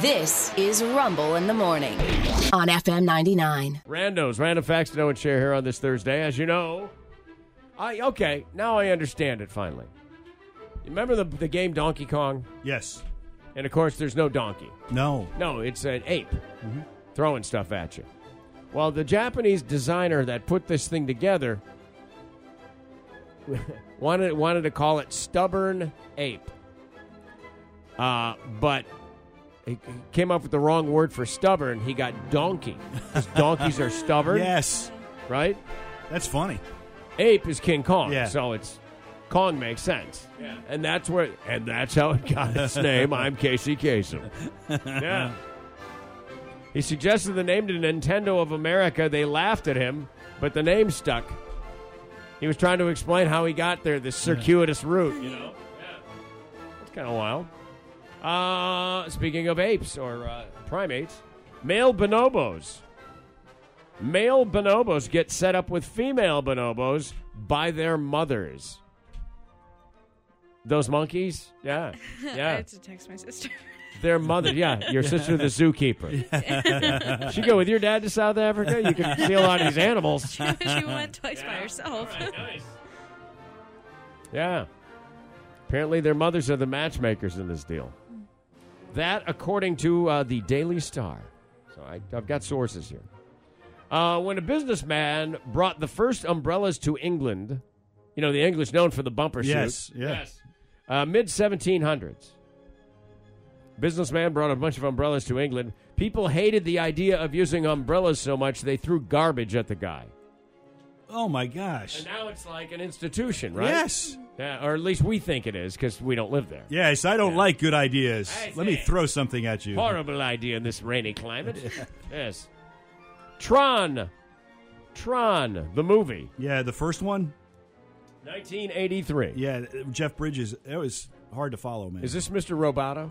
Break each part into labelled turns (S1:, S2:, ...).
S1: This is Rumble in the Morning on FM 99.
S2: Randos, random facts to know and share here on this Thursday. As you know, I okay now I understand it finally. You remember the the game Donkey Kong,
S3: Yes.
S2: and of course there's no donkey.
S3: No.
S2: No, it's an ape throwing stuff at you. Well, the Japanese designer that put this thing together wanted wanted to call it stubborn ape, uh, but he he came up with the wrong word for stubborn. He got donkey. 'Cause donkeys are stubborn,
S3: Yes.
S2: right?
S3: That's funny.
S2: ape is King Kong.
S3: Yeah.
S2: So it's Kong makes sense. Yeah. And that's where and that's how it got its name. I'm Casey Kasem. Yeah. He suggested the name to Nintendo of America. They laughed at him, but the name stuck. He was trying to explain how he got there, this circuitous route, you know. It's kind of wild. Uh, speaking of apes or uh, primates, male bonobos. Male bonobos get set up with female bonobos by their mothers. Those monkeys? Yeah.
S4: I
S2: Yeah.
S4: had to text my sister.
S2: their mother. Yeah. Your sister, the zookeeper. she go with your dad to South Africa? You can see a lot of these animals.
S4: she went twice by herself.
S2: Yeah. Apparently, their mothers are the matchmakers in this deal. That, according to uh, the Daily Star. So I, I've got sources here. Uh, when a businessman brought the first umbrellas to England, you know, the English known for the bumper
S3: Yes.
S2: suit.
S3: Yeah.
S2: Uh, Mid 1700s. Businessman brought a bunch of umbrellas to England. People hated the idea of using umbrellas so much they threw garbage at the guy.
S3: Oh my gosh.
S2: And now it's like an institution, right?
S3: Yes.
S2: Yeah, or at least we think it is because we don't live there.
S3: Yes. I don't like good ideas.
S2: I
S3: Let me
S2: see.
S3: throw something at you.
S2: Horrible idea in this rainy climate. yes. Tron. Tron, the movie.
S3: Yeah. The first one.
S2: 1983.
S3: Yeah. Jeff Bridges. That was hard to follow, man.
S2: Is this Mr. Roboto?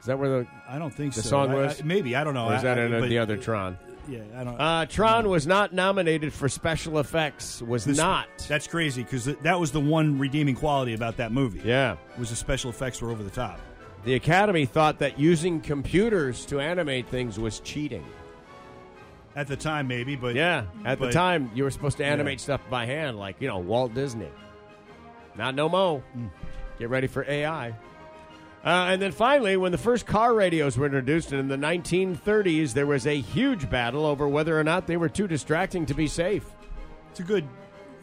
S2: Is that where the.
S3: I don't think
S2: the
S3: so.
S2: song
S3: I-
S2: was?
S3: I- maybe I don't know.
S2: Or is
S3: I-
S2: that
S3: I-
S2: in
S3: but-
S2: the other Tron?
S3: Yeah. I don't.
S2: Uh, Tron was not nominated for special effects. Was
S3: This-
S2: not.
S3: That's crazy because that was the one redeeming quality about that movie.
S2: yeah.
S3: Was the special effects were over the top.
S2: The Academy thought that using computers to animate things was cheating.
S3: At the time, maybe, but
S2: Yeah, at the
S3: but-
S2: time you were supposed to animate stuff by hand, like you know Walt Disney. Not no mo.
S3: Hmm.
S2: Get ready for AI. Uh, and then finally, when the first car radios were introduced in the 1930s, there was a huge battle over whether or not they were too distracting to be safe.
S3: it's a good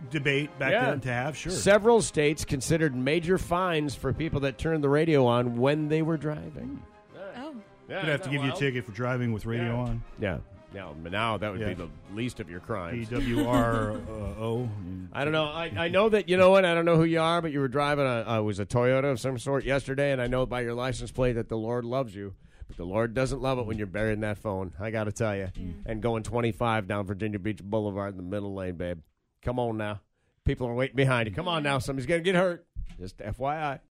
S3: debate back
S2: Yeah.
S3: then to have. Sure.
S2: Several states considered major fines for people that turned the radio on when they were driving.
S4: Oh,
S2: Yeah,
S3: Gonna have to give you a ticket for driving with radio
S2: Yeah.
S3: on.
S2: Yeah. Now, now that would be
S3: Yeah.
S2: the least of your crimes.
S3: PWRO.
S2: I don't know. I, I know that you know what. I don't know who you are, but you were driving a uh, was a Toyota of some sort yesterday, and I know by your license plate that the Lord loves you, but the Lord doesn't love it when you're buried in that phone. I got to tell you, and going 25 down Virginia Beach Boulevard in the middle lane, babe. Come on now, people are waiting behind you. Come on now, somebody's gonna get hurt. Just FYI.